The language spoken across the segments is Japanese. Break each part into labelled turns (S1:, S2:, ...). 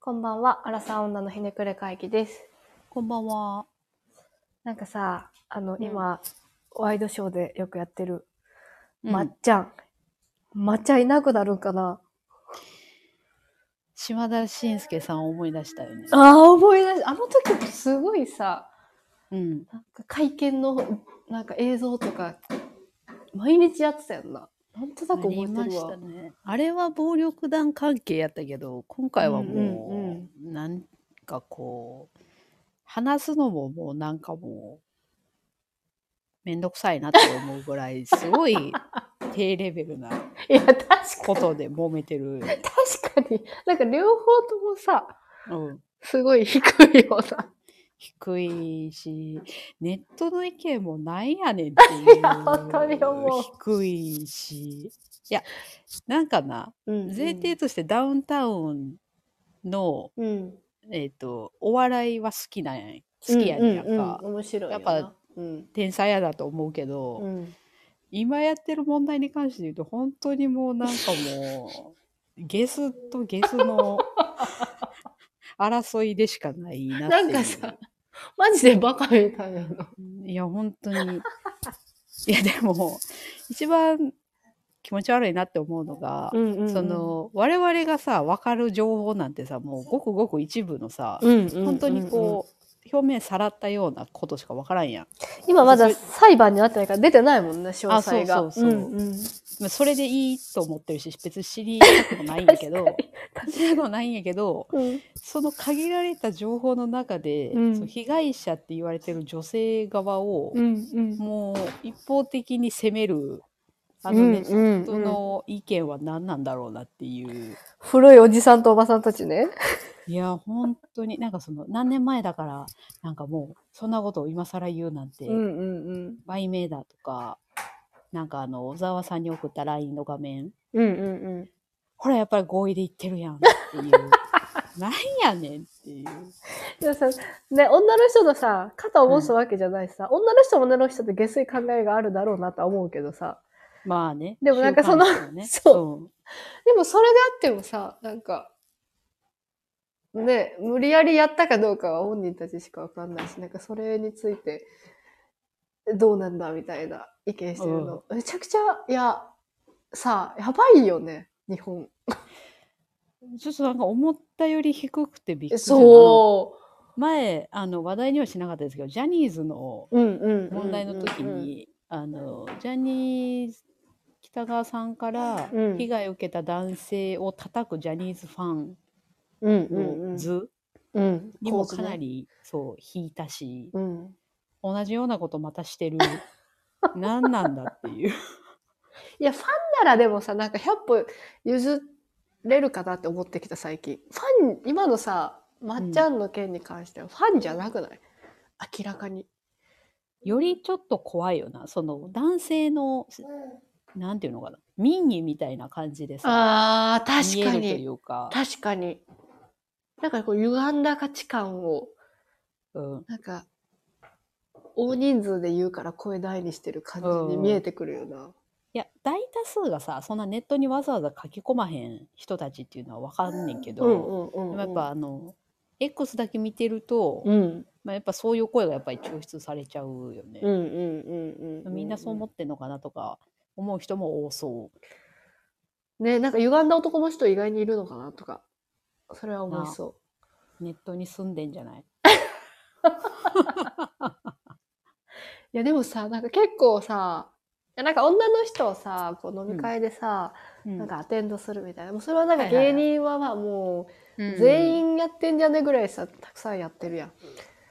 S1: こんばんは、アラサー女のひねくれ会議です。
S2: こんばんは。
S1: なんかさ、あの、
S2: うん
S1: 今、ワイドショーでよくやってる、ま
S2: ま
S1: っ、ちゃん。まっちゃんいなくなるんかな
S2: 島田紳介さんを思い出したよね。
S1: ああ、思い出し、あの時もすごいさ、
S2: うん。
S1: なんか会見の、なんか映像とか、毎日やってたやんな。なんとなく覚えて
S2: ありま
S1: る
S2: し
S1: わ
S2: た。ね。あれは暴力団関係やったけど、今回はもう、
S1: うんうん
S2: なんかこう、話すのももうなんかもう、めんどくさいなって思うぐらい、すごい低レベルない
S1: や、確かに、
S2: ことで揉め てる。
S1: 確かに、なんか両方ともさ、
S2: うん。
S1: すごい低いような。
S2: 低いし、ネットの意見もないやねんっていう。
S1: いや本当に思う
S2: 低いし。いや、なんかな、
S1: うん
S2: 前提としてダウンタウンの、
S1: うん。
S2: えっ、と、お笑いは好きなんやん。好きやねんやんか。
S1: うんうんうん面白いよな。
S2: やっぱ、
S1: うん。
S2: 天才やだと思うけど、
S1: うん
S2: 今やってる問題に関して言うと、本当にもうなんかもう、ゲスとゲスの争いでしかないなっ て
S1: ない
S2: うん
S1: かさ、マジでバカみたいなの。
S2: いや、本当に。いや、でも、一番気持ち悪いなって思うのが、
S1: んう
S2: そ、の、我々がさ、分かる情報なんてさ、もうごくごく一部のさ、
S1: うんうん
S2: 本当にこう、表面さらったようなことしか分からんやん。
S1: うん、今まだ裁判になってないから出てないもんね、詳細が。
S2: あそうそうそうん
S1: ん
S2: まあそれでいいと思ってるし、別に知りたくもないんやけど、知りたくもないんやけど、
S1: うん
S2: その限られた情報の中で、
S1: うん
S2: その被害者って言われてる女性側を、
S1: うんうん。
S2: もう一方的に責める、あ
S1: う
S2: の
S1: ん
S2: ネッ
S1: うん
S2: 人の意見は何なんだろうなっていう。
S1: 古いおじさんとおばさんたちね。
S2: いや、本当に、なんかその、何年前だから、なんかもう、そんなことを今更言うなんて、
S1: うんうん
S2: 売名だとか、なんかあの、小沢さんに送った LINE の画面、
S1: うん。うんうんうん。
S2: ほら、やっぱり合意で言ってるやんって いう。なんやねんっていう。
S1: でもさ、ね、女の人のさ、肩を持つわけじゃないしさ、女の人も女の人って下水考えがあるだろうなとは思うけどさ。
S2: まあね。
S1: でもなんかその
S2: 週刊誌よね
S1: そう
S2: うん
S1: でもそれであってもさ、なんか、ね、無理やりやったかどうかは本人たちしかわかんないし、なんかそれについて、どうなんだみたいな意見してるの。めちゃくちゃ、いや、さあ、やばいよね、日本。
S2: ちょっとなんか思ったより低くてびっくりしたな
S1: そ
S2: 前、あの、話題にはしなかったですけど、ジャニーズの、
S1: う。うんうんうん
S2: 問題の時に、あのジャニーズ北川さんから
S1: うん
S2: 被害を受けた男性を叩くジャニーズファン
S1: うんうんうん
S2: の図
S1: うん
S2: にもかな。り、そう引いたし
S1: 構図ねうん。
S2: 同じようなことまたし てる何なんだっていう
S1: いや、ファンならでもさ、なんか100歩譲れるかなって思ってきた最近。ファン、今のさ、まっちゃんの件に関してはファンじゃなくない、明らかに。
S2: よりちょっと怖いよなその男性のなんていうのかな民意みたいな感じでさ
S1: ああ、確
S2: 見え
S1: か
S2: るとい
S1: に。
S2: うか、
S1: 確かに。なんかこう、歪んだ価値観を、
S2: うん、
S1: なんか、大人数で言うから声大にしてる感じに見えてくるよな。
S2: いや大多数がさそんなネットにわざわざ書き込まへん人たちっていうのは分かんねんけど、
S1: うんうんうん、うん。
S2: でもやっぱあの X だけ見てると、
S1: うん、
S2: まあ、やっぱそういう声がやっぱり抽出されちゃうよね
S1: うん、う、ん、うん、うん。。
S2: みんなそう思ってんのかなとか思う人も多そう
S1: ね、なんか歪んだ男の人意外にいるのかなとか、それは思いそう。
S2: うネットに住んでんじゃない
S1: いやでもさ、なんか結構さ、いやなんか女の人をさ、こう飲み会でさ、なんかアテンドするみたいな。もうそれはなんか
S2: はいはいは
S1: 芸
S2: い
S1: 人はまあもう、
S2: 員、
S1: 全員やってんじゃねぐらいさ、たくさんやってるやん。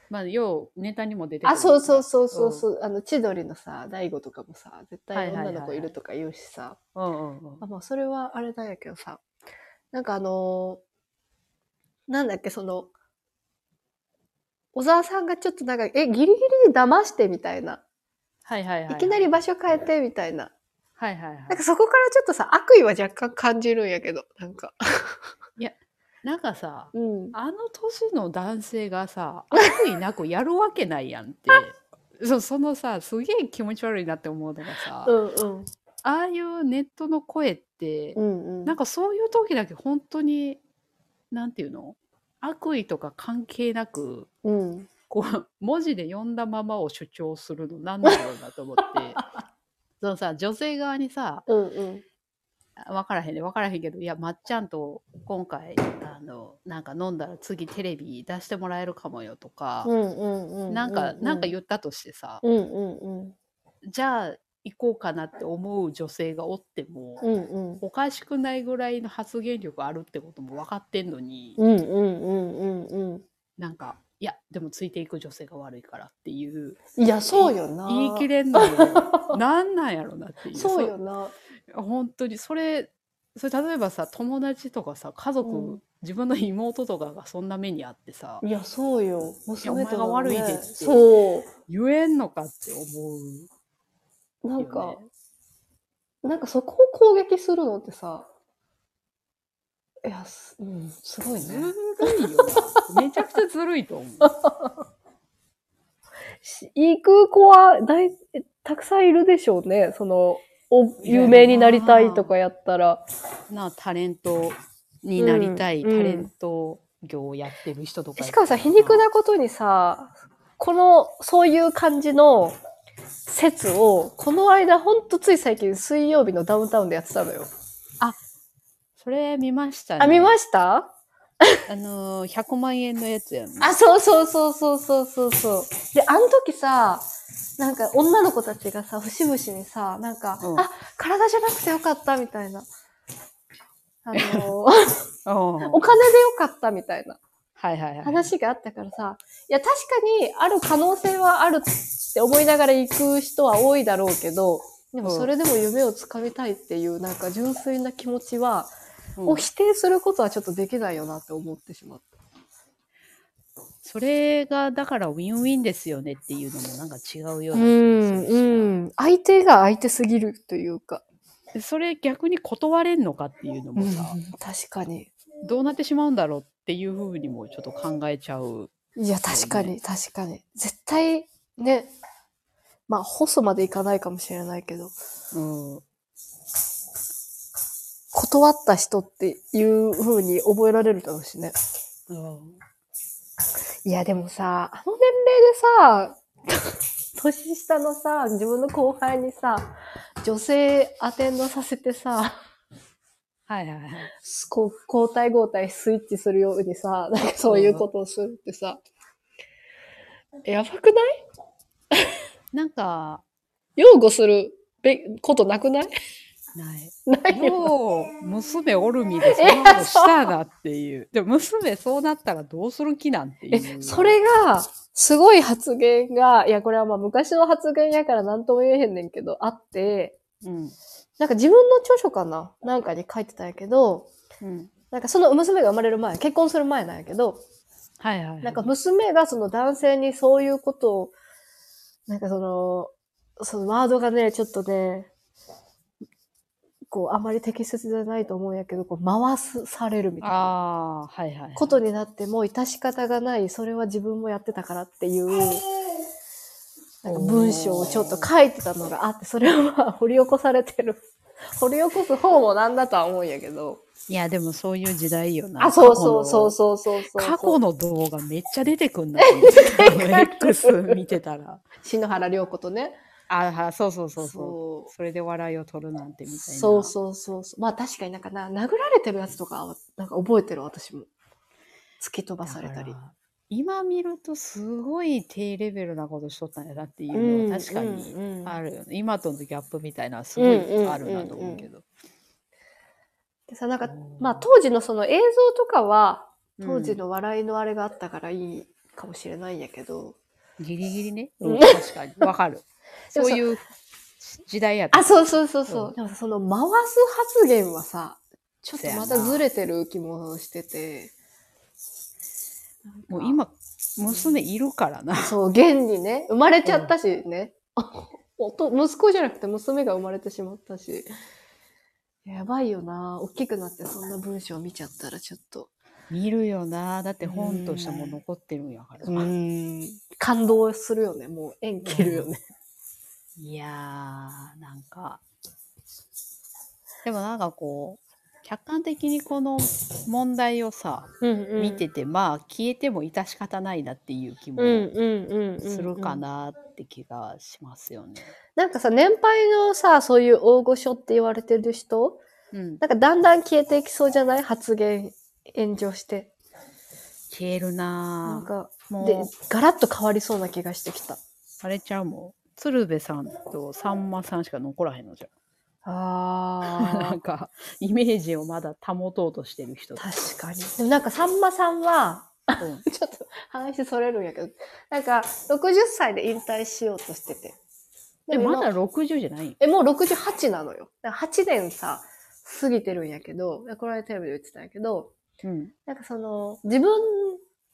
S2: まあ、ようネタにも出て
S1: あ、そうそう
S2: そ
S1: そうそうそう、あの、千鳥のさ、大悟とかもさ、絶
S2: はい
S1: 対
S2: はいはいは
S1: 女
S2: い
S1: の子いるとか言うしさ、
S2: う、うんうんうん
S1: あまあそれはあれなんやけどさ、なんかあのーなんだっけ、その、小沢さんがちょっとなんか、え、ギリギリに騙してみたいな。
S2: はいはいはい
S1: いきなり場所変えてみたいな。
S2: はいはいはい
S1: なんかそこからちょっとさ、悪意は若干感じるんやけど、なんか。
S2: なんかさ
S1: うん。
S2: あの年の男性 がさ悪意なくやるわけないやんってそうそのさすげえ気持ち悪いなって思うのがさ、
S1: うんうん。
S2: ああいうネットの声って
S1: う、んうん。
S2: なんかそういう時だけ本当に、なんていうの悪意とか関係なく
S1: うん。
S2: こう 文字で読んだままを主張するのなんだろうなと 思ってそのさ女性側にさ
S1: うんうん。
S2: 分からへんね分からへんけどいやまっちゃんと今回あのなんか飲んだら次テレビ出してもらえるかもよとか
S1: う、んうんうん。
S2: なんか、なんか言
S1: う。
S2: ったとしてさ、
S1: うんうんうん。
S2: じゃあ行こうかなって思う女性がおっても、
S1: うんうん。
S2: おかしくないぐらいの発言力あるってことも分かってんのに、
S1: うんうんうんうん
S2: なんかいやでもついていく女性が悪いからっていう
S1: うん。いや、そうよな。
S2: 言い切れんの もなんなんやろなっていう
S1: そうよな。
S2: そ本当にそれそれ例えばさ友達とかさ家族、
S1: うん
S2: 自分の妹とかがそんな目にあってさ
S1: いや、そうよ。娘とかもね
S2: いやお前が悪いでって
S1: そ
S2: 言えんのかって思う
S1: う。な
S2: よね
S1: んか、なんかそこを攻撃するのってさ、いや、すうん、すごい
S2: ず
S1: ね。
S2: るいよなめちゃくちゃずるいと思う
S1: し行く子は大、たくさんいるでしょうね。その、お有名になりたいとかやったら。
S2: なタレントになりたい、
S1: うん
S2: タレント業をやってる人とか
S1: しかもさ、皮肉なことにさ、この、そういう感じの説を、この間、ほんとつい最近、水曜日のダウンタウンでやってたのよ。
S2: それ見ましたね
S1: あ、見ま
S2: し
S1: した
S2: たあのー100万円のやつやん
S1: あ、そうそうそうそうそうそうそう。で、あの時さ、なんか女の子たちがさ、節々にさ、なんか、
S2: うん
S1: あ、体じゃなくてよかったみたいな。あのー
S2: うん
S1: お金でよかったみたいな
S2: はいはいはい
S1: 話があったからさ、いや、確かにある可能性はあるって思いながら行く人は多いだろうけど、でも
S2: うん
S1: それでも夢をつかみたいっていうなんか純粋な気持ちは、
S2: うん
S1: を否定することはちょっとできないよなって思ってしまった。
S2: それがだからウィンウィンですよねっていうのもなんか違うよ
S1: う
S2: う
S1: ん、
S2: な気がするしな
S1: うん。相手が相手すぎるというか。
S2: でそれ逆に断れんのかっていうのもさ、
S1: 確かに。
S2: どうなってしまうんだろうっていうふうにもちょっと考えちゃう
S1: いや、確かに、確かに。絶対、ね。まあ、細までいかないかもしれないけど、
S2: うん
S1: 断った人っていう風に覚えられるだろうしね。
S2: うん
S1: いや、でもさ、あの年齢でさ、 年下のさ、自分の後輩にさ、女性アテンドさせてさ、
S2: はいはいはい
S1: こう交代交代スイッチするようにさ、なんかそういうことをするってさ、やばくない
S2: なんか
S1: 擁護するべことなくない
S2: ない
S1: ないよ。
S2: よう娘おるみでそんなことしたなっていう。でも娘そうなったらどうする気なんていう。
S1: え、それが、すごい発言が、いや、これはまあ昔の発言やから何とも言えへんねんけど、あって、
S2: うん。
S1: なんか自分の著書かななんかに書いてたんやけど、
S2: うん。
S1: なんかその娘が生まれる前、結婚する前なんやけど、
S2: はいはいはい。
S1: なんか娘がその男性にそういうことを、なんかその、そのワードがね、ちょっとね、こう、あまり適切じゃないと思うんやけど、こう、回す、されるみたいな。
S2: ああ、はいはいはい。
S1: ことになっても致し方がない、それは自分もやってたからっていう、なんか文章をちょっと書いてたのがあって、それはまあ掘り起こされてる。 掘り起こす方もなんだとは思うんやけど。
S2: いや、でもそういう時代よな。
S1: あ、そうそうそう
S2: う。
S1: そうそうそう。
S2: 過去の動画めっちゃ出てくんだよ、ね。あの X 見てたら。
S1: 篠原涼子とね。
S2: あはそうそうそうそう。
S1: そう
S2: それで笑いを取るなんてみたいな。
S1: そうそうそうそう。まあ確かになんかな、殴られてるやつとかは、なんか覚えてる私も。突き飛ば
S2: だ
S1: さ
S2: か
S1: れ
S2: ら
S1: たり。
S2: 今見るとすごい低レベルなことしとったんやなっていうのは確かに
S1: うんうん
S2: あるよね。今とのギャップみたいなのはすごいあるなと思うけど。
S1: でさ、なんか
S2: うん、
S1: まあ当時のその映像とかは、当時
S2: うん
S1: の笑いのあれがあったからいいかもしれないんやけど。
S2: ギリギリね。
S1: うん
S2: 確かに。わかる。
S1: で
S2: そ
S1: も
S2: う
S1: さ
S2: いう時代やった。
S1: あ、そうそうそうそう。
S2: うん
S1: でもさその回す発言はさ、ちょっとまた
S2: せやな
S1: ずれてる気もしてて。
S2: もう今、娘いるからな。
S1: そう、現にね、生まれちゃったしね。 おと息子じゃなくて娘が生まれてしまったし。やばいよな大きくなってそんな文章を見ちゃったらちょっと。
S2: 見るよな。だって本としても残ってるんやから。
S1: ん。感動するよね。もう縁切るよね。
S2: いやー、なんか。でもなんかこう、客観的にこの問題をさ、
S1: うん うん
S2: 見てて、まあ消えても致し方ないなっていう気も
S1: うんうんうんうんうん
S2: するかなって気がしますよね。
S1: なんかさ年配のさそういう大御所って言われてる人
S2: うん、
S1: なんかだんだん消えていきそうじゃない発言炎上して
S2: 消える
S1: な
S2: なんぁ。
S1: かで
S2: もう
S1: ガラッと変わりそうな気がしてきた
S2: あれちゃうもん。鶴瓶さんとさんまさんしか残らへんのじゃ ん。な
S1: あ
S2: んかイメージをまだ保とうとしてる人。
S1: 確かにでもなんかさんまさんは
S2: うん
S1: ちょっと話それるんやけどなんか60歳で引退しようとしてて
S2: え
S1: でも
S2: ま
S1: 今
S2: だ60じゃない
S1: え、もう68なのよ。だから8年さ、過ぎてるんやけど、いやこの間テレビで言ってたんやけど、
S2: うん。
S1: なんかその、自分、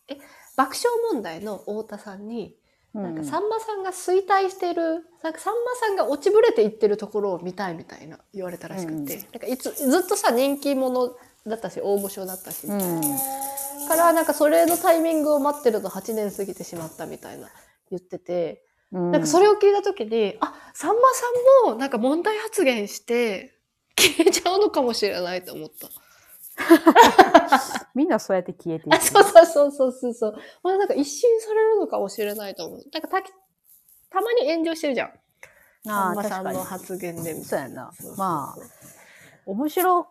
S1: え、爆笑問題の太田さんに、なんかさんまさんが衰退してる、なんかさんまさんが落ちぶれていってるところを見たいみたいな言われたらしくて、
S2: うん
S1: なんかいつ、ずっとさ、人気者だったし、大御所だったし、
S2: うんうん
S1: からなんかそれのタイミングを待ってると8年過ぎてしまったみたいな言ってて、
S2: うん
S1: なんかそれを聞いた時に、あ、さんまさんもなんか問題発言して消えちゃうのかもしれないと思った。
S2: みんなそうやって消えてい
S1: あ、そうそうそうそうそうそう。まあなんか一新されるのかもしれないと思う。なんかたきたまに炎上してるじゃん。さ
S2: あ
S1: ん
S2: ー
S1: まさんの
S2: 確か
S1: 発言でみ
S2: に
S1: た
S2: そ
S1: いうな。
S2: やな
S1: そうそうそう
S2: まあ面白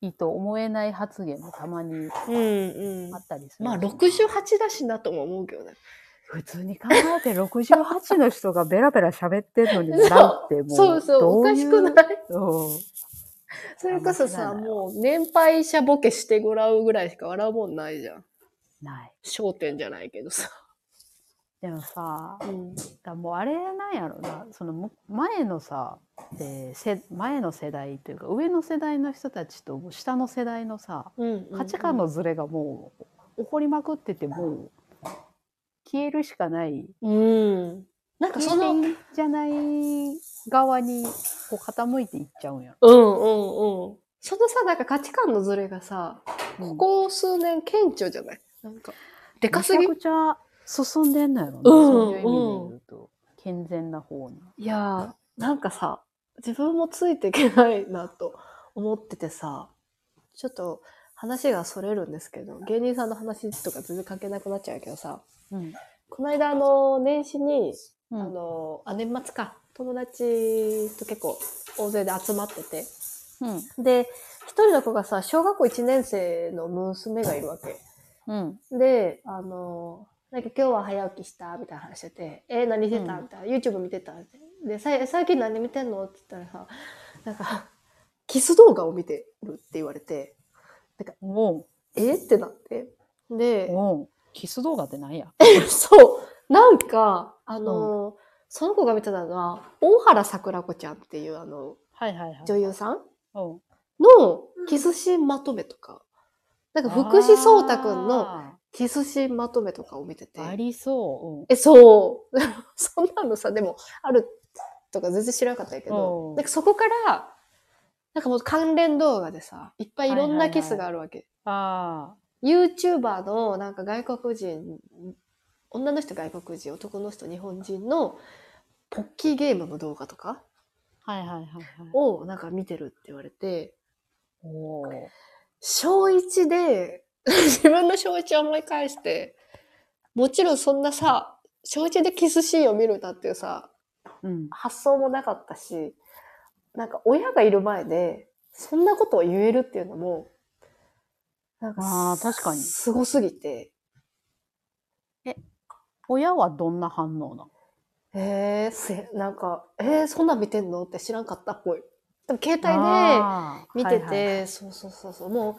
S2: いと思えない発言もたまに
S1: うんうん
S2: あ。ったりする
S1: まあ
S2: し
S1: 68だしなとも思うけどね。
S2: 普通に考えて68の人がベラベラ喋ってるのに
S1: そう
S2: 笑っても
S1: そうそう、
S2: ど
S1: お
S2: い
S1: かしく ない
S2: うん
S1: それこそさ、
S2: 面白いな
S1: もう年配者ボケしてごらうぐらいしか笑うもんないじゃん。
S2: ない
S1: 焦点じゃないけどさ。
S2: でもさ
S1: うん。
S2: だもうあれなんやろなそのむ前のさでせ前の世代というか上の世代の人たちと下の世代のさ
S1: うんうんうん
S2: 価値観のズレがもう起こりまくっててもう消えるしかない
S1: うん。なんかそ
S2: 消え
S1: の、
S2: ていいんじゃない側にこう傾いていっちゃうんや
S1: う
S2: ろ。
S1: んうんうん。そのさ、なんか価値観のズレがさ、ここ数年顕著じゃないなんか、でかすぎ
S2: めちゃくちゃ進んでんのや
S1: う
S2: ろな、
S1: ん
S2: そういう意味で言うと健全な方に。
S1: いやー、なんかさ、自分もついていけないなと思っててさ、ちょっと話がそれるんですけど、芸人さんの話とか全然関係なくなっちゃうけどさ、
S2: うん
S1: この間あの、年始に、
S2: う
S1: あ
S2: ん
S1: の、あ、年末か、友達と結構大勢で集まってて、
S2: うん
S1: で、一人の子がさ、小学校1年生の娘がいるわけ。
S2: うん
S1: で、あの、なんか今日は早起きしたみたいな話してて、えー何してた
S2: うん
S1: みたいな、YouTube 見てたで、さい最近何見てんのって言ったらさ、なんか、 キス動画を見てるって言われて、
S2: おう
S1: えーってなって。で、
S2: おうキス動画ってなんや
S1: そう、なんか、あの、その子が見てたのは、大原桜子ちゃんっていうあの、
S2: はいはいはい。
S1: 女優さん
S2: おう
S1: のキスシーンまとめとか、なんか福士蒼太くんの
S2: あ
S1: キスシーンまとめとかを見てて
S2: ー。ありそ
S1: え、そう。 そんなのさ、でも、あるとか全然知らなかったんやけ
S2: う
S1: ど
S2: ん、
S1: なんかそこから、なんかもう関連動画でさ、いっぱいいろん
S2: はいはいは
S1: ないキスがあるわけ。
S2: う。うん、あ
S1: YouTuber のなんか外国人、女の人外国人、男の人日本人のポッキーゲームの動画とか
S2: あ。はいはいはいはい。
S1: をなんか見てるって言われて、
S2: おう
S1: 小一で、 自分の小一を思い返して、もちろんそんなさ、小一でキスシーンを見るんだっていうさ、
S2: うん。
S1: 発想もなかったし、なんか親がいる前で、そんなことを言えるっていうのも、なんか
S2: あー確かに
S1: すごすぎて。
S2: 親はどんな反応なの
S1: えー、せ、なんか、えー、そんなん見てんのって知らんかったっぽい。でも携帯で
S2: あー
S1: 見てて、
S2: はいはい
S1: そうそうそうそう、も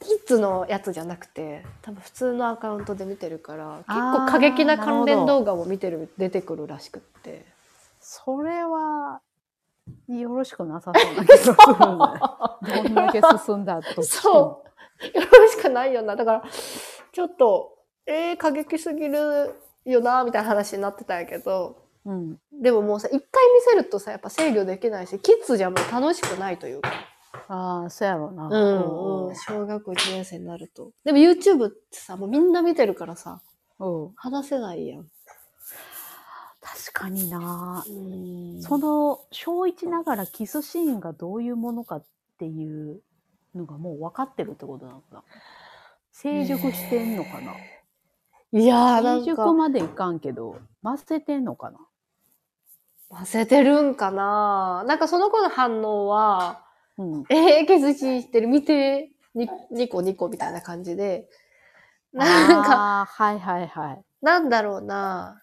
S1: う、キッズのやつじゃなくて、多分普通のアカウントで見てるから、結構過激な関連動画も見てる、出てくるらしくって。
S2: それは、よろしくなさそうな気がするねどんだけ進ん だとしても。
S1: そう。よろしくないよな。だから、ちょっと、えー、過激すぎるよな、みたいな話になってたんやけど、
S2: うん。
S1: でももうさ、一回見せるとさ、やっぱ制御できないし、キッズじゃもう楽しくないというか。
S2: ああ、そうやろうな。
S1: うん。小学校1年生になると。でも YouTube ってさ、もうみんな見てるからさ、
S2: うん。うん
S1: 話せないやん。
S2: 確かにな。
S1: うん
S2: その、小一ながらキスシーンがどういうものかっていうのがもう分かってるってことなのかな。成熟してんのかな。
S1: いやー、な
S2: 成
S1: ん
S2: 熟
S1: か、
S2: までいかんけど、混ぜてんのかな。
S1: 混ぜてるんかななんかその子の反応は、
S2: うん。
S1: えー、気づきしてる、見て、に、ニコニコみたいな感じで、なんか、
S2: あー、はいはいはい。
S1: なんだろうな。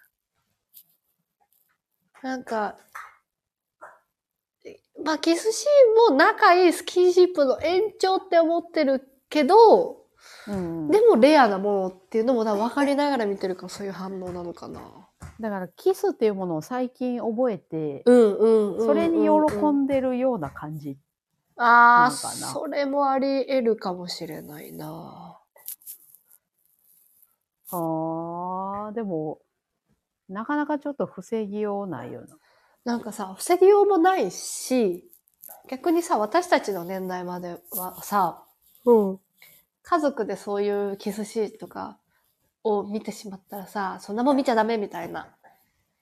S1: なんか、えまあ、キスシーンも仲いいスキンシップの延長って思ってるけど、
S2: うん、
S1: でもレアなものっていうのも多分分かりながら見てるからそういう反応なのかな。
S2: だからキスっていうものを最近覚えて、
S1: うんうん
S2: それに喜
S1: ん
S2: んでるような感じ。
S1: ああ、
S2: のかな
S1: それもあり得るかもしれないな。
S2: ああ、でも、なかなかちょっと防ぎようないよな。
S1: なんかさ、防ぎようもないし、逆にさ、私たちの年代まではさ、
S2: うん。
S1: 家族でそういうキスシーンとかを見てしまったらさ、そんなもん見ちゃダメみたいな。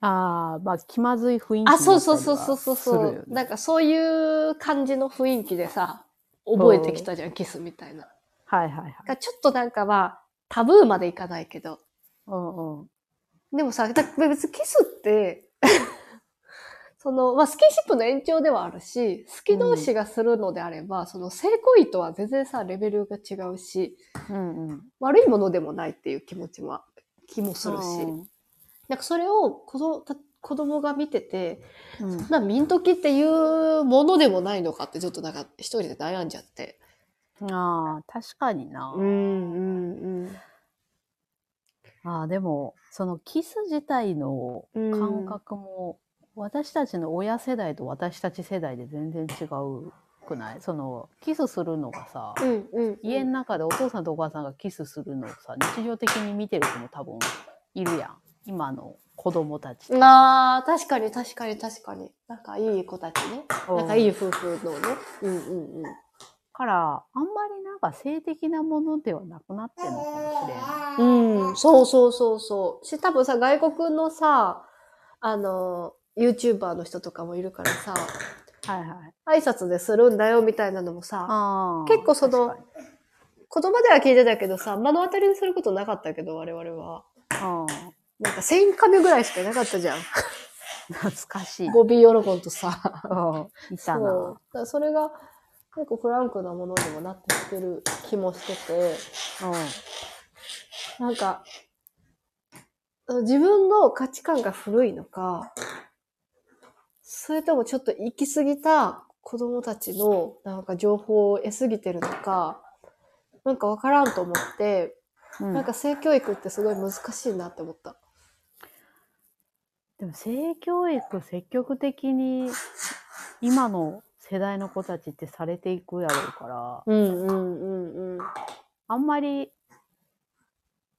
S2: ああ、まあ気まずい雰囲気
S1: あ、そうそうそうそうそう
S2: する
S1: そ
S2: よ
S1: う、
S2: ね
S1: なんかそういう感じの雰囲気でさ、覚えてきたじゃん、キスみたいな。
S2: はいはいはい。
S1: がちょっとなんかまあ、タブーまでいかないけど。
S2: うんうん。
S1: でもさ、だ別にキスって、 その、まあ、スキンシップの延長ではあるし、好き同士がするのであれば、その性行為とは全然さ、レベルが違うし、
S2: うんうん。
S1: 悪いものでもないっていう気持ちも、気もするし。
S2: う
S1: なんかそれを子供た子供が見てて、
S2: ん。うん
S1: な、ミントキっていうものでもないのかって、ちょっとなんか一人で悩んじゃって。
S2: ああ、確かに
S1: ん、
S2: な。
S1: うん、
S2: ああ、でも、そのキス自体の
S1: うん
S2: 感覚も、私たちの親世代と私たち世代で全然違うくないその、キスするのがさ、
S1: うん、うん。
S2: 家の中でお父さんとお母さんがキスするのをさ、日常的に見てる子も多分いるやん。今の子供たち。
S1: あー、確かに確かに確かに。仲いい子たちね。
S2: うん
S1: 仲いい夫婦のね。うんうんうん。
S2: から、あんまりなんか性的なものではなくなってるのかもしれん。
S1: うん、そうそうそうそう。し、多分さ、外国のさ、あの、YouTuber の人とかもいるからさ、
S2: はいはい。
S1: 挨拶でするんだよみたいなのもさ、
S2: あー
S1: 結構その
S2: 確かに
S1: 言葉では聞いてたけどさ、目の当たりにすることなかったけど、我々は。
S2: あー
S1: なんか1000カメぐらいしかいなかったじゃん。
S2: 懐かしい。
S1: ボビー・ヨロゴンとさ。
S2: うんいた
S1: そう。だ
S2: な。
S1: からそれが結構フランクなものにもなってきてる気もしてて。なんか、自分の価値観が古いのか、それともちょっと行き過ぎた子供たちのなんか情報を得すぎてるのか、なんかわからんと思って、
S2: うん。
S1: なんか性教育ってすごい難しいなって思った。
S2: でも性教育積極的に今の世代の子たちってされていくやろうから、
S1: うんうんうんうん。
S2: あんまり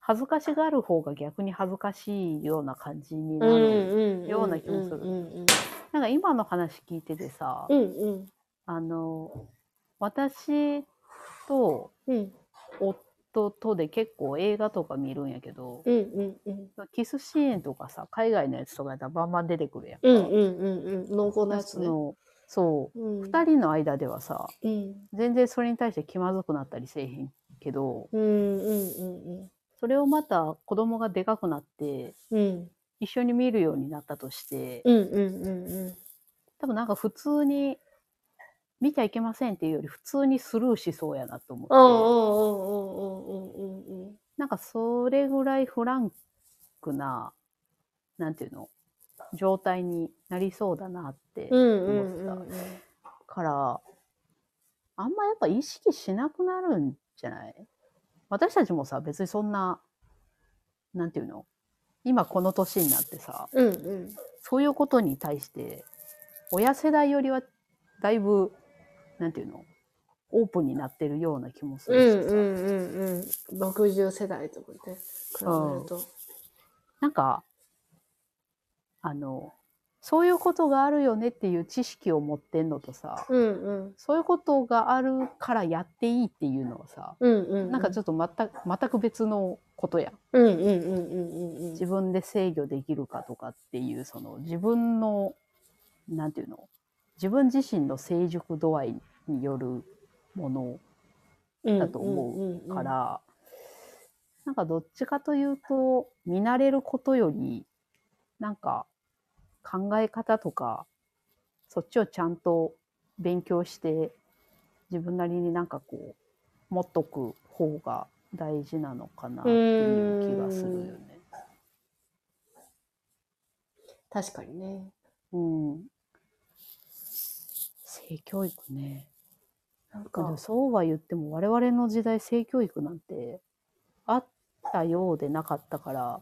S2: 恥ずかしがる方が逆に恥ずかしいような感じになる。
S1: ん
S2: ような気もする
S1: うん
S2: なんか今の話聞いててさ、
S1: うんうん。
S2: あの、私と
S1: うん
S2: 夫とで結構映画とか見るんやけど、
S1: うんうんうん。
S2: キスシーンとかさ、海外のやつとかやったらバンバン出てくるやん。
S1: うんうんうんうん。濃厚なやつ
S2: そ
S1: ね。
S2: のそうう。
S1: ん。
S2: 二人の間ではさ、
S1: うん
S2: 全然それに対して気まずくなったりせえへんけど、
S1: うんうんうん
S2: それをまた子供がでかくなって、
S1: うん。うん
S2: 一緒に見るようになったとして、
S1: うんうんうんうん。
S2: 多分なんか普通に、見ちゃいけませんっていうより普通にスルーしそうやなと思
S1: うんうん
S2: って、
S1: うんうんうんうんうん。
S2: なんかそれぐらいフランクな、なんていうの、状態になりそうだなって
S1: うん
S2: 思ってた。
S1: うん
S2: から、あんまやっぱ意識しなくなるんじゃない私たちもさ、別にそんな、なんていうの今この年になってさ、
S1: うんうん。
S2: そういうことに対して、親世代よりはだいぶ、なんていうのオープンになってるような気もす
S1: う
S2: る
S1: ん
S2: し
S1: う
S2: さ、
S1: んうんうん。60世代とかね、比べると。
S2: なんか、あの、そういうことがあるよねっていう知識を持ってんのとさ、
S1: うんうん。
S2: そういうことがあるからやっていいっていうのはさ、
S1: うんうん。
S2: なんかちょっと全く全く別のことやん
S1: うんうんうんうんうんうん。
S2: 自分で制御できるかとかっていうその自分のなんていうの自分自身の成熟度合いによるものだと思
S1: う
S2: から、なんかどっちかというと、見慣れることより、なんか考え方とか、そっちをちゃんと勉強して、自分なりになんかこう、持っとく方が大事なのかなっていう気がするよね。
S1: 確かにね。
S2: うん。性教育ね。
S1: なん
S2: まあでも
S1: か、
S2: そうは言っても我々の時代性教育なんてあったようでなかったから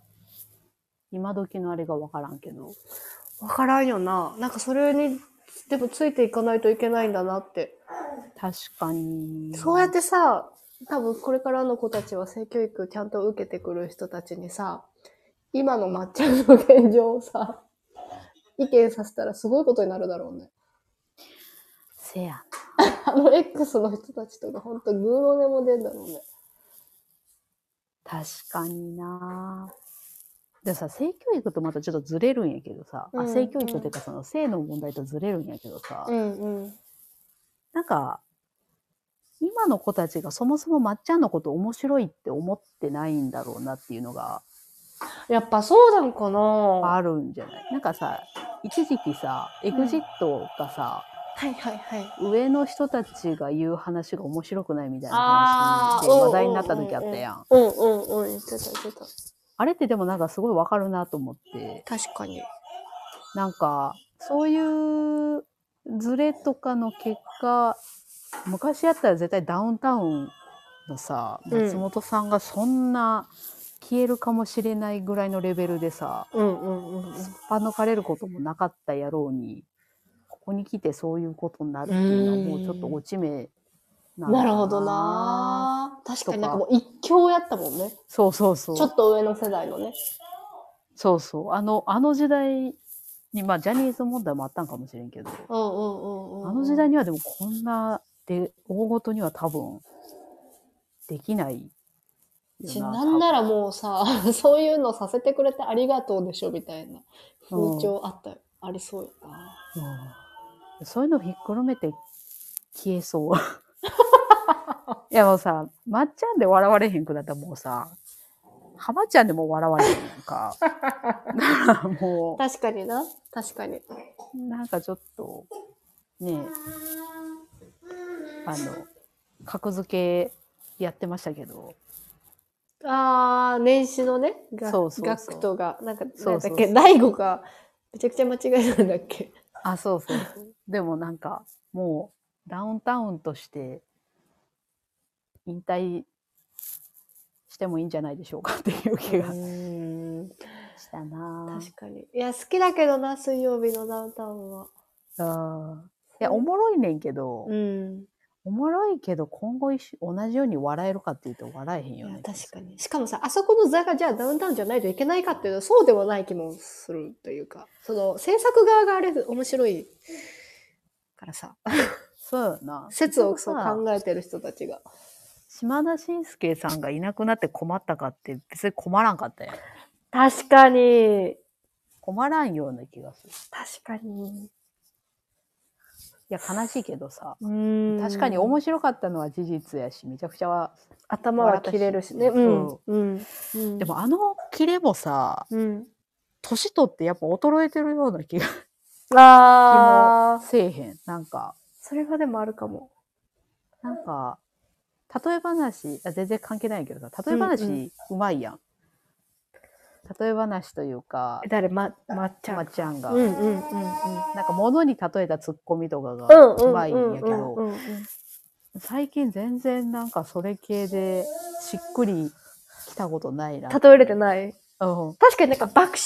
S2: 今時のあれが分からんけど
S1: わからんよな。なんかそれに、でもついていかないといけないんだなって。
S2: 確かに
S1: そうやってさ、多分これからの子たちは性教育ちゃんと受けてくる人たちにさ、今の抹茶の現状をさ、意見させたらすごいことになるだろうね。
S2: せや
S1: あの X の人たちとかほんとグーの音も出んだろうね。
S2: 確かになでもさ性教育とまたちょっとずれるんやけどさ、
S1: うん
S2: あ性教育っていうかその性の問題とずれるんやけどさ、
S1: んうん。
S2: なんか今の子たちがそもそもまっちゃんのこと面白いって思ってないんだろうなっていうのが
S1: やっぱそうなんかな
S2: あるんじゃないなんかさ一時期さエ
S1: ん
S2: グジットがさ、
S1: はいはいはい。
S2: 上の人たちが言う話が面白くないみたいな
S1: あ
S2: 話
S1: ー
S2: で話題になった時あったやん。
S1: うんうんうん、言ってた言ってた。
S2: あれってでもなんかすごいわかるなと思って
S1: 確かに。
S2: なんかそういうズレとかの結果昔やったら絶対ダウンタウンのさ
S1: うん
S2: 松本さんがそんな消えるかもしれないぐらいのレベルでさ、
S1: うんうんうんうん。
S2: すっぱ抜かれることもなかった野郎に、ここに来てそういうことになるっていうのはもうちょっと落ち目な
S1: なるほど。なぁ確かになんかも
S2: と
S1: う一強やったもんね。
S2: そうそうそう。
S1: ちょっと上の世代のね。
S2: そうそう。あの、あの時代に、まあジャニーズ問題もあったんかもしれんけど、
S1: うんうんうんうん。
S2: あの時代にはでもこんなで、大ごとには多分、できない
S1: しなんな
S2: ら
S1: らもうさ、 そういうのさせてくれてありがとうでしょみたいな風潮あったよ。ありそうよな。
S2: うんそういうのひっくるめて消え そう。いやもうさ、まっちゃんで笑われへんくなったらもうさ、はまちゃんでも笑われへんやん か。だからも
S1: 確かにな。確かに。
S2: う、なんかちょっと、ねえ、あの、格付けやってましたけど、
S1: あー、年始のね、が
S2: そうそうそう
S1: ガクトが、なんか、
S2: そうそうそ
S1: なん
S2: う
S1: だっけ、大悟がめちゃくちゃ間違えたんだっけ。
S2: あ、そうそうそう。でもなんか、もう、ダウンタウンとして、引退してもいいんじゃないでしょうかっていう気が
S1: うん
S2: したなぁ
S1: 確かに。いや、好きだけどな、水曜日のダウンタウンは。
S2: うんいや、おもろいねんけど、
S1: うん。
S2: おもろいけど、今後一緒同じように笑えるかって言うと笑えへん
S1: い
S2: よ
S1: や
S2: ね。、
S1: 確かに。しかもさ、あそこの座がじゃあダウンタウンじゃないといけないかっていうのは、そうでもない気もするというか、その、制作側があれ、面白いからさ、
S2: そうよな。
S1: 説をそう
S2: 結局さ
S1: 考えてる人たちが。
S2: 島田紳介さんがいなくなって困ったかって、別に困らんかったやん。
S1: 確かに。
S2: 困らんような気がする。い
S1: 確かに。
S2: や、悲しいけどさ。
S1: うん
S2: 確かに面白かったのは事実やし、めちゃくちゃは。
S1: 頭は切れるしね。う
S2: 笑った
S1: ん
S2: し。
S1: うん。うん
S2: で、もあのキレもさ、
S1: うん。
S2: 年取ってやっぱ衰えてるような気が
S1: ああ。
S2: せえへん。なんか、
S1: それはでもあるかも。
S2: なんか、例え話、あ全然関係ないけどさ、例え話、
S1: う
S2: うんまいやん。例え話というか、
S1: 誰、ま、まっち
S2: まっちゃんが、
S1: うんうんうんうん。
S2: なんか物に例えたツッコミとかが
S1: うんうん
S2: うまいんやけ
S1: う
S2: ど、
S1: んうんうん
S2: 最近全然なんかそれ系でしっくりきたことないな。
S1: 例えれてない
S2: うん。
S1: 確かになんか爆笑が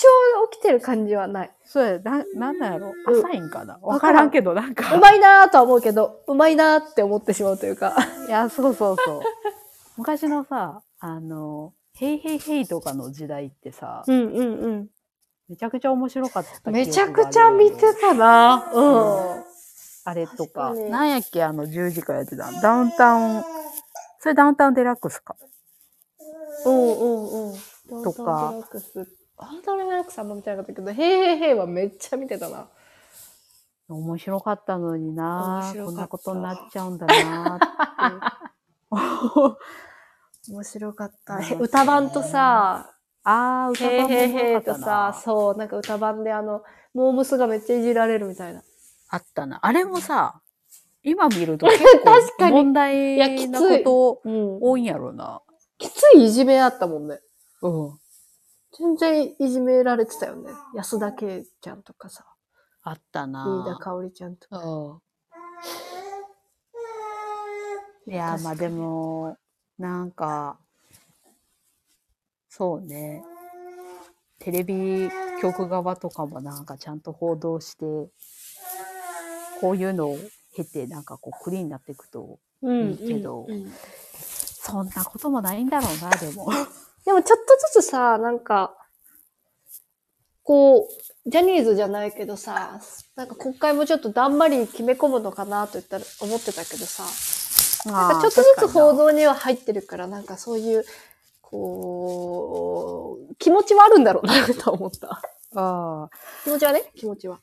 S1: 起きてる感じはない。
S2: そうや、な、なんなんやろ
S1: うん
S2: 浅いんかなわからんけど、なん
S1: う
S2: か。
S1: まいなーとは思うけど、うまいなーって思ってしまうというか。
S2: いや、そうそうそう。昔のさ、あの、ヘイヘイヘイとかの時代ってさ、
S1: うんうんうん。
S2: めちゃくちゃ面白かった記憶がある。
S1: めちゃくちゃ見てたなうん。
S2: あれと
S1: 確
S2: か。
S1: かに
S2: なんやっけ、あの、10時からやってた。ダウンタウン、それダウンタウンデラックスか。
S1: うんうんうん。
S2: とか
S1: ダウンタウンデラックス。ダウンタウンデラックスあんま見てなかったけど、へーへーへーはめっちゃ見てたな。
S2: 面白かったのにな
S1: 面白かった
S2: こんなことになっちゃうんだなって
S1: 面白かった。
S2: ね
S1: 歌版とさ、
S2: ああ、
S1: へ
S2: 歌
S1: ー
S2: 番
S1: へー
S2: も
S1: へ
S2: 良
S1: ー
S2: か
S1: と
S2: ったな
S1: さ、そう、なんか歌版であの、モームスがめっちゃいじられるみたいな。
S2: あったな。あれもさ、今見ると結
S1: 確か
S2: 構
S1: に
S2: 問
S1: いやきつ
S2: 題
S1: い
S2: なこと
S1: うん。
S2: 多いんやろな。
S1: きついいじめあったもんね。
S2: うん。
S1: 全然いじめられてたよね。安田圭ちゃんとかさ、
S2: あった
S1: 飯田
S2: な。
S1: 香織ちゃんとか。
S2: うん。いやー、
S1: 確か
S2: まあ
S1: に
S2: でも、なんか、そうね。テレビ局側とかもなんかちゃんと報道して、こういうのを経てなんかこうクリーンになっていくと、
S1: うん
S2: いいけど
S1: うん
S2: そんなこともないんだろうな、でも。
S1: でもちょっとずつさ、なんか、こう、ジャニーズじゃないけどさ、なんか国会もちょっとだんまり決め込むのかなと言ったら思ってたけどさ、なんかちょっとずつ報道には入ってるから、なんかそういう、こう、気持ちはあるんだろうなと思った。
S2: ああ、
S1: 気持ちはね、気持ちは。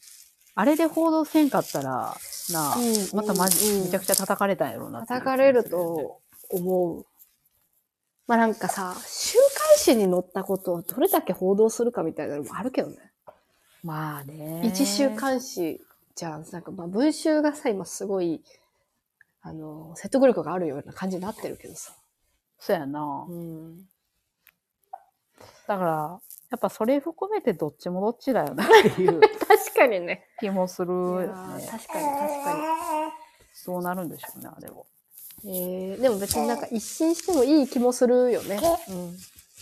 S2: あれで報道せんかったら、なあ、
S1: うん
S2: またまじ、
S1: うん
S2: めちゃくちゃ叩かれたんやろうなっていう
S1: 叩かれると思う。まあなんかさ、週刊誌に載ったことをどれだけ報道するかみたいなのもあるけどね。
S2: まあね。
S1: 一週。刊誌じゃん。なんかまあ文集がさ、今すごい、あの、説得力があるような感じになってるけどさ。
S2: そうやな。
S1: ん。
S2: だから、やっぱそれ含めてどっちもどっちだよなっ ていう
S1: 確かにね。
S2: 気もする
S1: いや
S2: よ
S1: ー
S2: ね。
S1: 確かに確か
S2: そうなるんでしょうね、あれを。
S1: に。えー、でも別になんか一新してもいい気もするよね。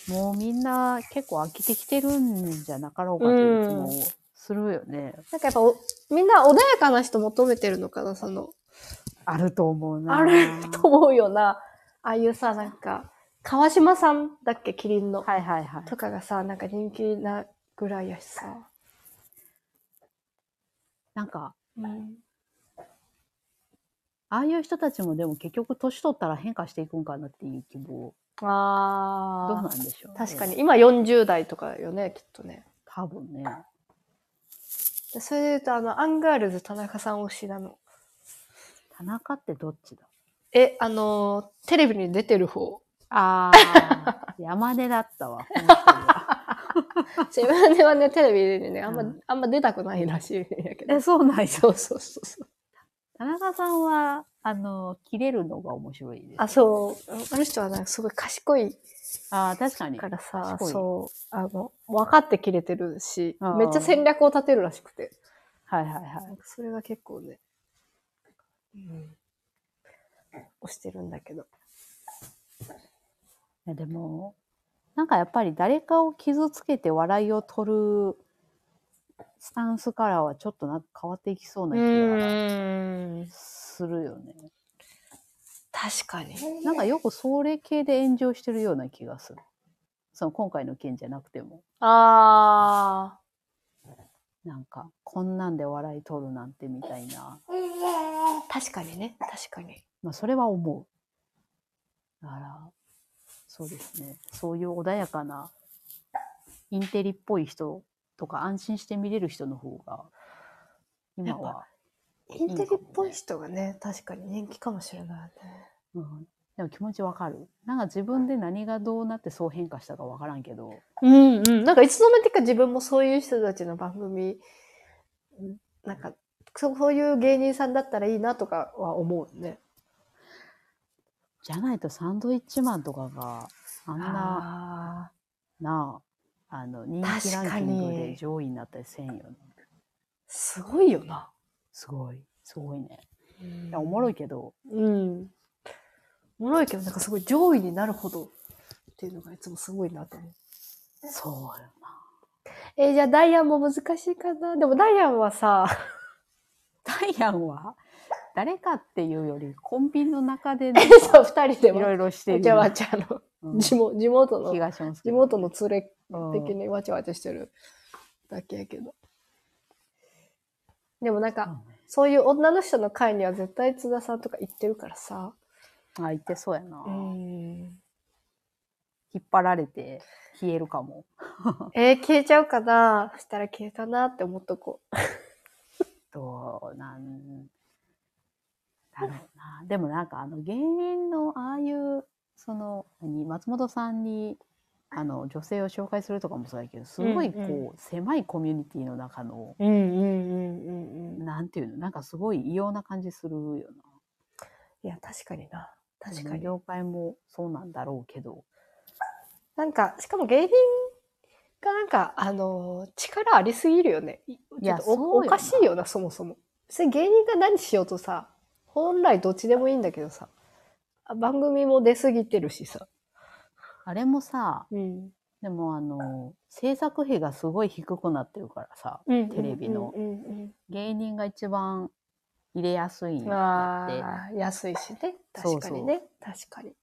S2: もうみんな結構飽きてきてるんじゃなかろうかという気もするよね。
S1: なんかやっぱおみんな穏やかな人求めてるのかな、その。
S2: あると思うな。
S1: ある と思うよな。ああいうさ、なんか、川島さんだっけ、キリンの。
S2: はいはいはい。
S1: とかがさ、なんか人気なぐらいやしさ。
S2: なんか、
S1: うん
S2: ああいう人たちもでも結局年取ったら変化していくんかなっていう希望。
S1: あ
S2: どうなんでしょう、ね、
S1: 確かに。。今40代とかよね、きっとね。
S2: 多分ね。
S1: でそれで言うと、あの、アンガールズ田中さん推しなの。
S2: 田中ってどっちだ
S1: え、あのー、テレビに出てる方。
S2: ああ、 山根だったわ。本当 だ
S1: 自分ではね、テレビにね、あんま、
S2: うん
S1: あんま出たくないらしいんやけど
S2: え、。そうなんや。
S1: そうそうそうそう。
S2: 田中さんは、あの、切れるのが面白いです。
S1: あ、そう。あの人はなんかすごい賢い
S2: あー確かに。
S1: からさ、
S2: 賢い
S1: そう。あの、分かって切れてるし
S2: あ、ー
S1: めっちゃ戦略を立てるらしくて。
S2: はいはいは。
S1: ないんかそれが結構ね、うん。押してるんだけど。
S2: いやでも、なんかやっぱり誰かを傷つけて笑いを取るスタンスからはちょっとなんか変わっていきそうな気が
S1: ん。
S2: するよね。
S1: 確かに。
S2: なんかよくそれ系で炎上してるような気がする。その今回の件じゃなくても、
S1: あ
S2: なんか、こんなんで笑い取るなんてみたいな。
S1: あ、確かにね、確かに。
S2: まあ、それは思う。だから、そうですね。そういう穏やかな、インテリっぽい人とか、安心して見れる人の方が、今は、
S1: インテリっぽい人がね、確かに人気かもしれないね。
S2: うん。でも気持ちわかる。なんか自分で何がどうなってそう変化したかわからんけど、
S1: うんうん。なんかいつの間にか自分もそういう人たちの番組、なんか、そうそういう芸人さんだったらいいなとかは思うね。
S2: じゃないとサンドイッチマンとかがあんな、
S1: ああ。
S2: なあ、あの、人気ランキングで上位になったりせんよね。
S1: すごいよな。
S2: すごい。すごいね。
S1: い
S2: いや、おもろいけど、
S1: うん。おもろいけど、なんかすごい上位になるほどっていうのがいつもすごいなと思う。
S2: そうよな。
S1: えーじゃあダイアンも難しいかなでもダイアンはさ、
S2: ダイアンは誰かっていうよりコンビニの中でなん か
S1: そう、二人で
S2: いろいろして
S1: わ
S2: る
S1: ちゃわちゃの、
S2: うん
S1: 地元地元の
S2: 気、がしますけ
S1: 地
S2: ど
S1: 元の連れ
S2: うん
S1: 的にわちゃわちゃしてるだけやけど。でもなんか、そういう女の人の会には絶対津田さんとか行ってるからさ。
S2: あ言ってそうやな、
S1: ん。
S2: 引っ張られて消えるかも
S1: えー消えちゃうかなそしたら消えたなって思っとこう。
S2: どうなんだろうな。でもなんかあの芸人のああいうその何松本さんにあの女性を紹介するとかもそうだけどすごいこう、
S1: うん
S2: 狭いコミュニティの中の
S1: うんうんうんうんうん。
S2: なんていうのなんかすごい異様な感じするよ
S1: いや、確かにな。
S2: な。
S1: 確かに。
S2: 業界もそうなんだろうけど。
S1: なんか、しかも芸人がなんか、あのー力ありすぎるよね。い
S2: いや
S1: ちょっとお
S2: そうよ
S1: お
S2: な
S1: かしいよな、そもそも。それ芸人が何しようとさ、本来どっちでもいいんだけどさ、あ番組も出過ぎてるしさ。
S2: あれもさ
S1: うん。
S2: でもあの制作費がすごい低くなってるからさテレビの
S1: うんうん
S2: 芸人が一番入れやすいん
S1: うん、
S2: だって。
S1: あー安いしね。確かにね。確かに。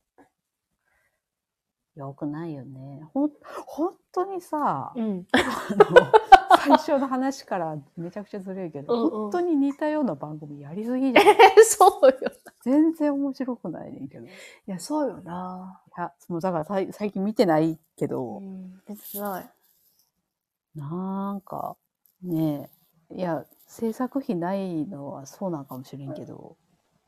S2: よくないよね。ほん、本当にさ、
S1: うん。
S2: あの 最初の話からめちゃくちゃずれるけど、
S1: うんうん
S2: 本当に似たような番組やりすぎじゃん。
S1: そうよ。
S2: 全然面白くないねんけど。い
S1: いや、そうよな。
S2: や、もうだからさい最近見てないけど、
S1: ん。別にない。
S2: なんか、ねえ、いや、制作費ないのはそうなんかもしれんけど、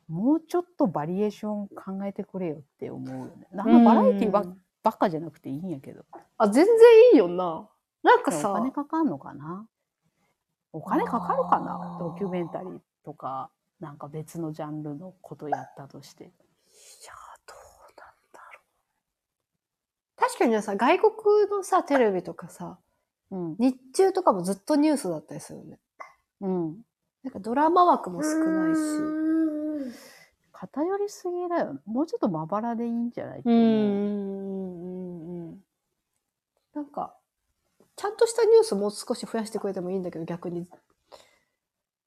S2: もうちょっとバリエーション考えてくれよって思うよね。あのバラエティば,、
S1: うん
S2: ばっかじゃなくていいんやけど。
S1: あ、全然いいよな。なん
S2: お
S1: かさ、
S2: 金かかんのかなお金かかるか
S1: あー
S2: なドキュメンタリーとかなんか別のジャンルのことやったとして
S1: いやーどうなんだろう。確かにさ、外国のさ、テレビとかさ、
S2: うん
S1: 日中とかもずっとニュースだったりするよね。
S2: うん
S1: なんかドラマ枠も少ないし。
S2: 偏りすぎだよもうちょっとまばらでいいんじゃないって
S1: うんう
S2: 思う
S1: う
S2: ん
S1: ん。なんか、ちゃんとしたニュースもう少し増やしてくれてもいいんだけど、逆に、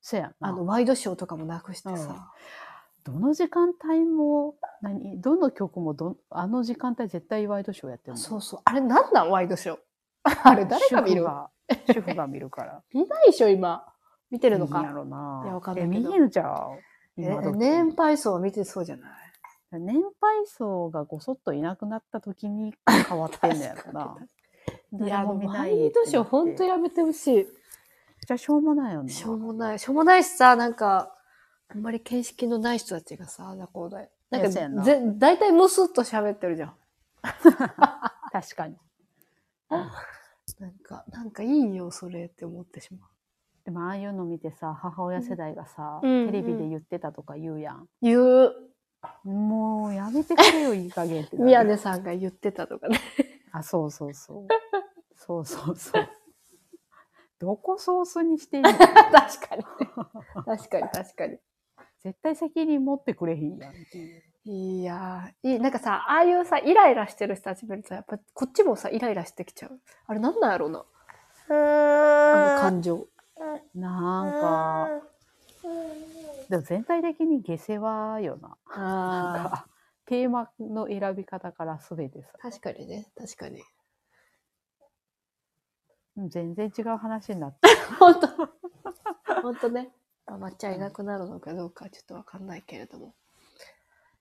S2: そや
S1: あ
S2: な
S1: の、ワイドショーとかもなくしてさ。
S2: どの時間帯も何どの曲もどあの時間帯絶対ワイドショーやってるもん
S1: そうそう。あれなんなんワイドシ ョー。あれ誰が見
S2: 主婦
S1: る
S2: が主婦が見 るから
S1: 見ないでしょ、今。見て
S2: 見
S1: るの
S2: や
S1: か。
S2: ろない
S1: やわかんないけ
S2: え
S1: ど
S2: 見えるじゃん
S1: え
S2: 今時
S1: 年配層は見てそうじゃない
S2: 年配層がごそっといなくなった時に 変わってんだやろな。
S1: いや、あの、ワ
S2: 毎
S1: イドショー、ほんと
S2: に。
S1: やめてほし
S2: じゃしょうもないよね
S1: い。。しょうもない。しょうもないしさ、なんか、あんまり見識のない人たちがさ、あんなこうだよ。なん
S2: いやそうや
S1: か、
S2: な
S1: ぜ大体ムスっと喋ってるじゃん。
S2: 確かに。
S1: なんか、なんかいいよ、それって思ってしまう。
S2: でもああいうの見てさ、母親世代がさ、
S1: うん
S2: テレビで言ってたとか言うやん。
S1: 言う、
S2: もうやめてくれよ、いい加減ってなる。
S1: 宮根さんが言ってたとかね。
S2: あ、そうそうそう。そうそう そう。どこソースにしてんの
S1: 確かに。確かに、確かに。
S2: 絶対責任持ってくれへんやんっていう。
S1: いやーいい、なんかさ、ああいうさ、イライラしてる人たち見ると、やっぱこっちもさ、イライラしてきちゃう。あれなんなんやろうな。あの感情。
S2: なんか、でも全体的に下世話よな。なん
S1: ああ。
S2: かテーマの選び方から全てさ
S1: 確かにね、確かに。
S2: うん全然違う話になって
S1: 本 当本当ね。まあ、抹茶いなくなるのかどうかちょっとわかんないけれども。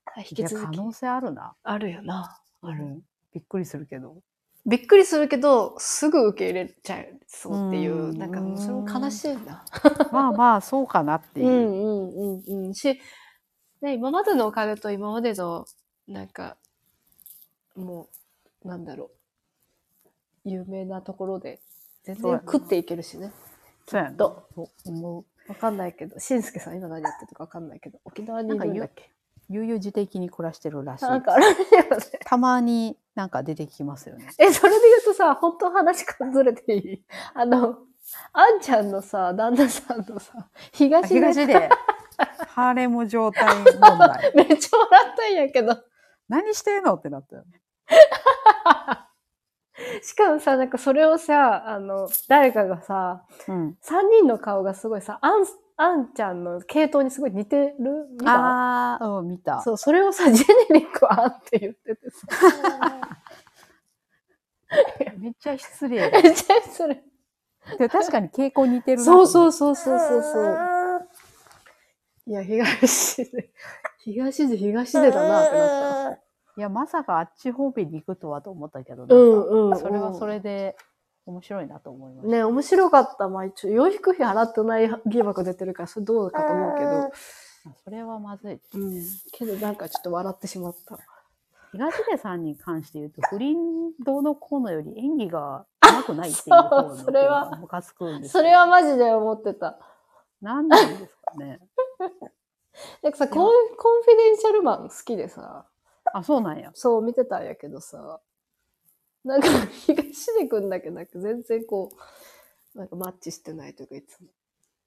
S1: はい引き
S2: るいや
S1: 続
S2: 可
S1: き
S2: 能性あるな、
S1: あるよな。
S2: うんびっくりするけど
S1: びっくりするけど、すぐ受け入れちゃいそうっていうう、
S2: ん
S1: なんかもうそれも悲しいな。
S2: まあまあそうかなって
S1: う
S2: い
S1: ん
S2: う、
S1: うんうんうん。し、ね、今までのお金と今までの、なんか、もう、なんだろう。有名なところで、全
S2: そ
S1: 然
S2: うやな
S1: 食っていけるしね。
S2: そうやな
S1: ど
S2: そう思う
S1: わかんないけど、しんすけさん今何やってるかわかんないけど、沖縄にいるんだっけ
S2: 悠々自適に暮らしてるらしい
S1: なんかあれだよね。
S2: たまになんか出てきますよね
S1: え、それで言うとさ、本当話がずれていいあの、あんちゃんのさ、旦那さんのさ、東で
S2: 東でハーレム状態問 題
S1: めっちゃ笑ったんやけど。
S2: 何してんのってなったよね
S1: しかもさ、なんかそれをさ、あの、誰かがさ、
S2: うん
S1: 3人の顔がすごいさ、あん、あんちゃんの系統にすごい似てる見た
S2: ああうん見た
S1: そう、それをさ、ジェネリックはあんって言っててさ、
S2: めっちゃ失礼
S1: めっちゃそれ。
S2: で確かに傾向似てるなと
S1: そ
S2: 思
S1: う
S2: う
S1: そうそうそうそう そう。いや、東で、東で東でだなってなった。
S2: いやまさかあっち方面に行くとはと思ったけど、
S1: うんうんうん
S2: それはそれで面白いなと思いました、
S1: ね、面白かった。まあ一応、養育費払ってない疑惑出てるから、それどうかと思うけど、
S2: それはまずい。
S1: うん。けどなんかちょっと笑ってしまった。
S2: 東出さんに関して言うと、不倫どうのこうのより演技が上手くないっていう方の
S1: そう
S2: 方
S1: それは
S2: がムカつくんです
S1: そ
S2: よ
S1: れはマジで思ってた。
S2: 何なんですかね。
S1: なんかさ、コンコンフィデンシャルマン好きでさ、
S2: あ、そうなんや。
S1: そう見てたんやけどさ、なんか 東出くんだけなんか全然こう、なんかマッチしてないというかいつも。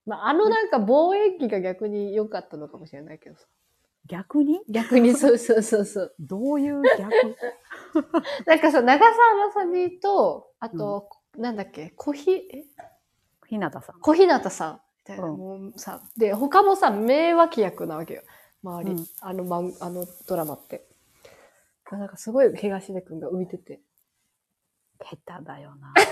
S1: まあ、あのなんか防衛機が逆に良かったのかもしれないけどさ。
S2: 逆に
S1: 逆に そうそうそうそう。
S2: どういう逆
S1: なんかさ、長澤まさみと、あと、なんだっけ、小ひ、え
S2: 日向さん。
S1: 小日向さんみたいな、
S2: うん
S1: もうさで他もさ名脇役なわけよ周り、
S2: うん
S1: あのマンあのドラマってなんかすごい東出君が浮いてて
S2: 下手だよな。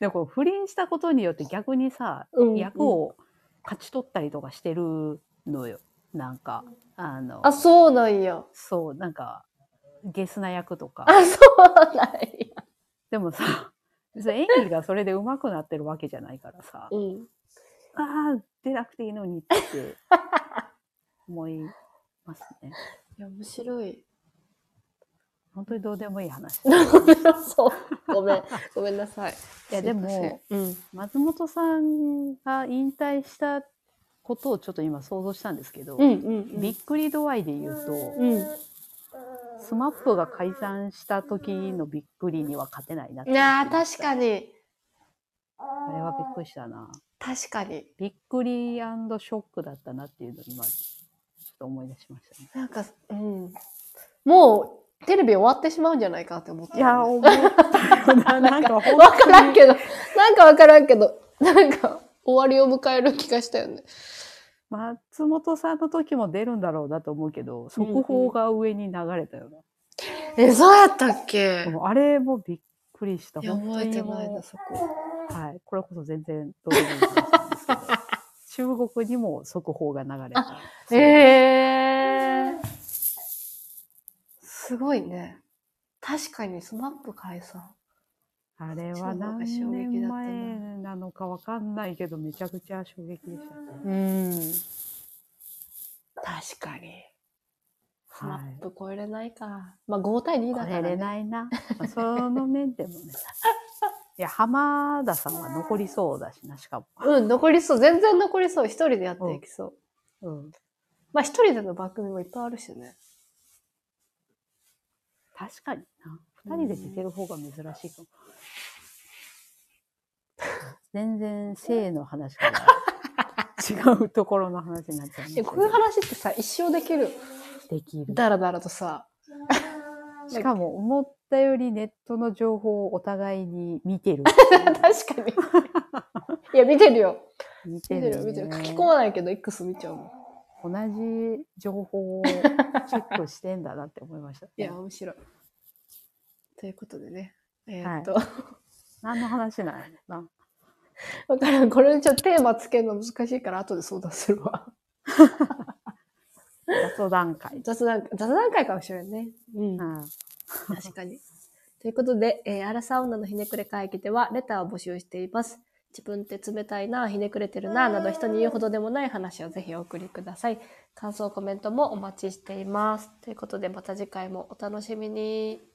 S2: でもこう不倫したことによって逆にさ、
S1: うん
S2: 役を勝ち取ったりとかしてるのよ。なんか、あの、
S1: あそうなんや
S2: そう、なんか、ゲスな役とか。
S1: あそうなんや
S2: でもさ、そう演技がそれで上手くなってるわけじゃないからさ、
S1: うん
S2: ああ、出なくていいのにって思いますね。
S1: いや面白い
S2: 本当にどうでもいい話。
S1: そうごめん ごめんなさい
S2: いや
S1: す
S2: で
S1: ません
S2: も、
S1: うん
S2: 松本さんが引退したことをちょっと今想像したんですけど、
S1: うんうん
S2: びっくり度合いで言うと、
S1: うん
S2: スマップが解散した時のびっくりには勝てないなって
S1: いやー確かに
S2: あれはびっくりしたな。
S1: 確かに
S2: びっくりショックだったなっていうのを今、ちょっと思い出しましたね。
S1: なんかうんもうテレビ終わってしまうんじゃないかって思ってた
S2: いや、思ったよ な。なんか、本
S1: わから
S2: 当
S1: ん
S2: に
S1: けど、なんかわからんけど、なんか終わりを迎える気がしたよね。
S2: 松本さんの時も出るんだろうなと思うけど、速報が上に流れたよな。
S1: え、そうやったっけ
S2: でもあれもびっくりした。
S1: いや、
S2: 本当
S1: 覚え
S2: に
S1: て
S2: もう
S1: ないな、そこ。
S2: はい。これこそ全然どうでもいい話なんですけど、中国にも速報が流れた。
S1: ええー。すごいね。確かにスマップ解散。
S2: あれは
S1: 中国
S2: 何
S1: が衝撃だ
S2: 年
S1: ったな
S2: 前なのかわかんないけど、めちゃくちゃ衝撃でしたね。
S1: うん。確かに。スマ
S2: は
S1: ッ
S2: い。
S1: プ超えれないか。まあ5対2だ
S2: 超
S1: か
S2: え
S1: ら、
S2: れ
S1: ね。
S2: ないな。まあその面でもね。いや、浜田さんは残りそうだしな、しかも。
S1: うん、残りそう。全然残りそう。一人でやっていきそう。
S2: うん。
S1: まあ一人での番組もいっぱいあるしね。
S2: 確かにな。二人で出てる方が珍しいかも。全然性の話から 違うところの話になっちゃうね。
S1: でこういう話ってさ、一生できる。
S2: できる。
S1: だらだらとさ。
S2: しかも思ったよりネットの情報をお互いに見 て る。
S1: 確かに。いや、見てるよ。
S2: 見て
S1: 見
S2: る
S1: て
S2: よ
S1: る
S2: ね、
S1: よ、見てる。書き込まないけど、X 見ちゃうもん。
S2: 同じ情報をチェックしてんだなって思いました。
S1: いや、面白い。ということでね。えー
S2: はい
S1: っと、わ、
S2: 何の話なんやろな。
S1: からん。これちょっとテーマつけるの難しいから、後で相談するわ。
S2: 雑談 会。
S1: 雑談、雑談会かもしれんね。うん
S2: う。ん
S1: 確かに。ということで、えー、アラサー女のひねくれ会議では、レターを募集しています。自分って冷たいな、ひねくれてるな、など人に言うほどでもない話をぜひお送りください。感想、コメントもお待ちしています。ということで、また次回もお楽しみに。